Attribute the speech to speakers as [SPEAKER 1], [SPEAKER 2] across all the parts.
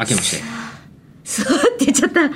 [SPEAKER 1] 明けまして。
[SPEAKER 2] そうって言っちゃった。はい。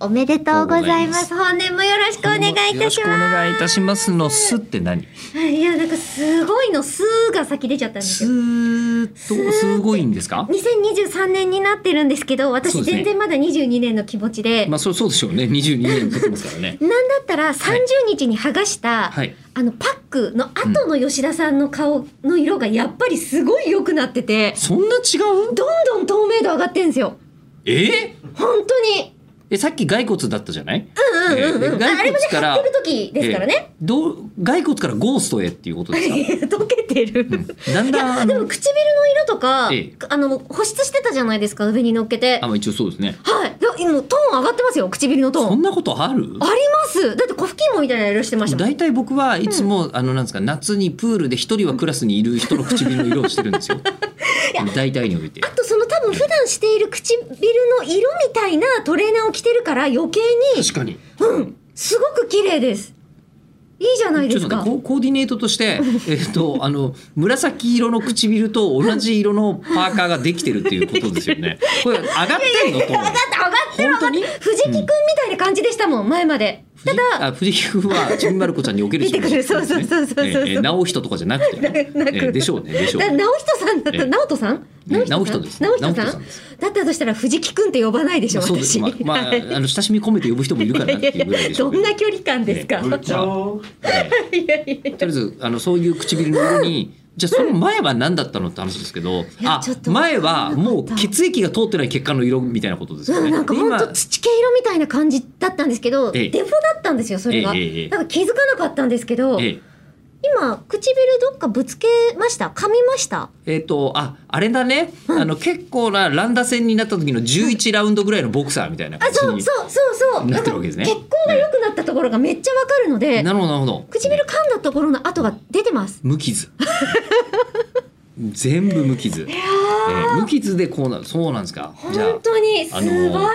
[SPEAKER 2] おめでとうございます。本年もよろしくお願いいたし
[SPEAKER 1] よろくお
[SPEAKER 2] ま
[SPEAKER 1] 願いいたしますの、すって何
[SPEAKER 2] す。はい、いや、なんかすごいの、すーが先出ちゃったんです
[SPEAKER 1] す
[SPEAKER 2] よ。
[SPEAKER 1] ーっと、すごいんですか
[SPEAKER 2] 2023年になってるんですけど、
[SPEAKER 1] そう
[SPEAKER 2] 私
[SPEAKER 1] ですね
[SPEAKER 2] 全然まだ22年の気持ちで、。
[SPEAKER 1] まあ、そう、そうでしょうね。22年経ってますからね
[SPEAKER 2] なんだったら30日に剥がした、
[SPEAKER 1] はい。
[SPEAKER 2] あのパックの後の吉田さんの顔の色がやっぱりすごい良くなってて、
[SPEAKER 1] そんな違う
[SPEAKER 2] どんどん透明度上がってるんですよ。
[SPEAKER 1] え
[SPEAKER 2] 本当に。
[SPEAKER 1] え、さっき骸骨だったじゃない
[SPEAKER 2] うんうんうん
[SPEAKER 1] えー
[SPEAKER 2] う
[SPEAKER 1] で
[SPEAKER 2] ん。ああれも
[SPEAKER 1] 骸
[SPEAKER 2] ね、
[SPEAKER 1] 骨から
[SPEAKER 2] 貼ってる時ですからね。
[SPEAKER 1] えーどう、骸骨からゴーストへっていうことですか
[SPEAKER 2] 溶けてる。
[SPEAKER 1] だん
[SPEAKER 2] い
[SPEAKER 1] だん、あ
[SPEAKER 2] やでも
[SPEAKER 1] の、
[SPEAKER 2] 唇の色とか、
[SPEAKER 1] ええ
[SPEAKER 2] あの保湿してたじゃないですか上に乗っけて
[SPEAKER 1] あ、まあ一応そうですね。
[SPEAKER 2] はいでもうトーン上がってますよ唇のトーンあ
[SPEAKER 1] そ
[SPEAKER 2] り
[SPEAKER 1] んなことある
[SPEAKER 2] ますだってコフキンもみたいな色してましたもん
[SPEAKER 1] 大体僕はいつも、あのなんですか夏にプールで一人はクラスにいる人の唇の色をしてるん ですよ大体において
[SPEAKER 2] あとその多分普段している唇の色みたいなトレーナーを着てるから余計に
[SPEAKER 1] 確かに
[SPEAKER 2] うんすごく綺麗ですいいじゃない
[SPEAKER 1] ち
[SPEAKER 2] で
[SPEAKER 1] ょっ
[SPEAKER 2] す
[SPEAKER 1] と
[SPEAKER 2] か
[SPEAKER 1] ねココーディネートと してえっとあの紫色の唇と同じ色のパーカーができてるっていうことですよ ねこれ上がってんのと
[SPEAKER 2] 上がった上がってる上が
[SPEAKER 1] 本当
[SPEAKER 2] って
[SPEAKER 1] に
[SPEAKER 2] る藤木くんみたいな感じでしたもん、前までただ
[SPEAKER 1] あ藤木君はちびまる子ちゃんにおける人
[SPEAKER 2] 出てくるそうそうそうそうそう
[SPEAKER 1] ええええ直人とかじゃなくて、ね、
[SPEAKER 2] なく
[SPEAKER 1] ええでしょうねでしょう
[SPEAKER 2] だ
[SPEAKER 1] ね
[SPEAKER 2] 直人さんだっ
[SPEAKER 1] え
[SPEAKER 2] た
[SPEAKER 1] え
[SPEAKER 2] 直人さん
[SPEAKER 1] ね
[SPEAKER 2] 直
[SPEAKER 1] 直
[SPEAKER 2] 人
[SPEAKER 1] 人
[SPEAKER 2] さん
[SPEAKER 1] ですね
[SPEAKER 2] 直
[SPEAKER 1] 直
[SPEAKER 2] 人さ
[SPEAKER 1] 人さ
[SPEAKER 2] ん
[SPEAKER 1] んです
[SPEAKER 2] だったとしたら藤木くんって呼ばないでしょ
[SPEAKER 1] そうです
[SPEAKER 2] 私
[SPEAKER 1] まあ、まあ、あ
[SPEAKER 2] はい
[SPEAKER 1] の親しみ込めて呼ぶ人もいるかなっていうぐらいでしょ
[SPEAKER 2] ど
[SPEAKER 1] うけど
[SPEAKER 2] んな距離感ですか、
[SPEAKER 3] 部長
[SPEAKER 1] ええとりあえずあのそういう唇の色にじゃあその前は何だったのって話ですけど
[SPEAKER 2] いや
[SPEAKER 1] あ
[SPEAKER 2] ちょっと
[SPEAKER 1] 前はも
[SPEAKER 2] わかんなか
[SPEAKER 1] う
[SPEAKER 2] った
[SPEAKER 1] 血液が通ってない血管の色みたいなことですよ
[SPEAKER 2] う
[SPEAKER 1] ね。
[SPEAKER 2] んなんか
[SPEAKER 1] で
[SPEAKER 2] ほん
[SPEAKER 1] 今
[SPEAKER 2] と土系色みたいな感じだったんですけど、
[SPEAKER 1] ええ
[SPEAKER 2] デフォだったんですよそれが、
[SPEAKER 1] ええええええ
[SPEAKER 2] なんか気づかなかったんですけど、
[SPEAKER 1] え
[SPEAKER 2] 今唇どっかぶつけました噛みました
[SPEAKER 1] ええーとああれだね、あの結構な乱打戦になった時の11ラウンドぐらいのボクサーみたいな
[SPEAKER 2] あ
[SPEAKER 1] 感じ
[SPEAKER 2] そう
[SPEAKER 1] に
[SPEAKER 2] そうそうそう
[SPEAKER 1] なってるわけですね
[SPEAKER 2] なんか血行が良くなったところがめっちゃわかるので、
[SPEAKER 1] なるほどなるほど
[SPEAKER 2] 唇噛んだところの跡が出てます
[SPEAKER 1] 無傷 全部無傷、ええ無傷でこうなそうなんですかじゃあ
[SPEAKER 2] 本当に素
[SPEAKER 1] あの
[SPEAKER 2] 晴ら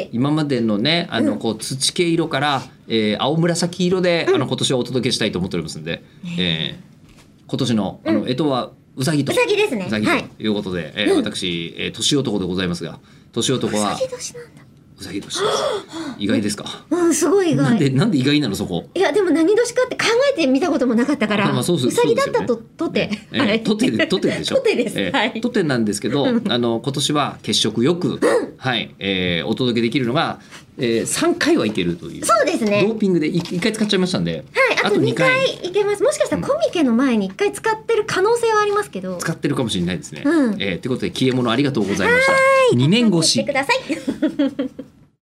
[SPEAKER 2] しい。
[SPEAKER 1] 今までのねあ
[SPEAKER 2] う
[SPEAKER 1] の
[SPEAKER 2] ん
[SPEAKER 1] こう土系色から、えー青紫色で、あの今年はお届けしたいと思っておりますんで、えー今年のあの、干支はうさぎと
[SPEAKER 2] うさぎですね
[SPEAKER 1] うさぎと
[SPEAKER 2] はい
[SPEAKER 1] いうことで、えー私、えー年男でございますが年男は
[SPEAKER 2] うさぎ年なんだ。
[SPEAKER 1] うさぎ年です意外ですか
[SPEAKER 2] うん、すごい意
[SPEAKER 1] なん
[SPEAKER 2] 外。
[SPEAKER 1] でなんで意外なのそこ
[SPEAKER 2] いや、でも何年かって考えてみたこともなかったから、
[SPEAKER 1] まあまあそうです
[SPEAKER 2] さぎだった
[SPEAKER 1] そ
[SPEAKER 2] と、
[SPEAKER 1] うです
[SPEAKER 2] とて、
[SPEAKER 1] えーとてでとてでしょ
[SPEAKER 2] とてです
[SPEAKER 1] えー
[SPEAKER 2] はい
[SPEAKER 1] とてなんですけどあの今年は血色よく、はいえーお届けできるのが、え3回はいけるという
[SPEAKER 2] そうですね
[SPEAKER 1] ドーピングで 1, 回使っちゃいましたんで、
[SPEAKER 2] はい、あと
[SPEAKER 1] 二
[SPEAKER 2] 2回いけます。もしかしたらコミケの前に1回使ってる可能性はありますけど。
[SPEAKER 1] 使ってるかもしれないですね。
[SPEAKER 2] うん
[SPEAKER 1] えーということで消え物ありがとうございました。2年越
[SPEAKER 2] 見
[SPEAKER 1] して
[SPEAKER 2] ください。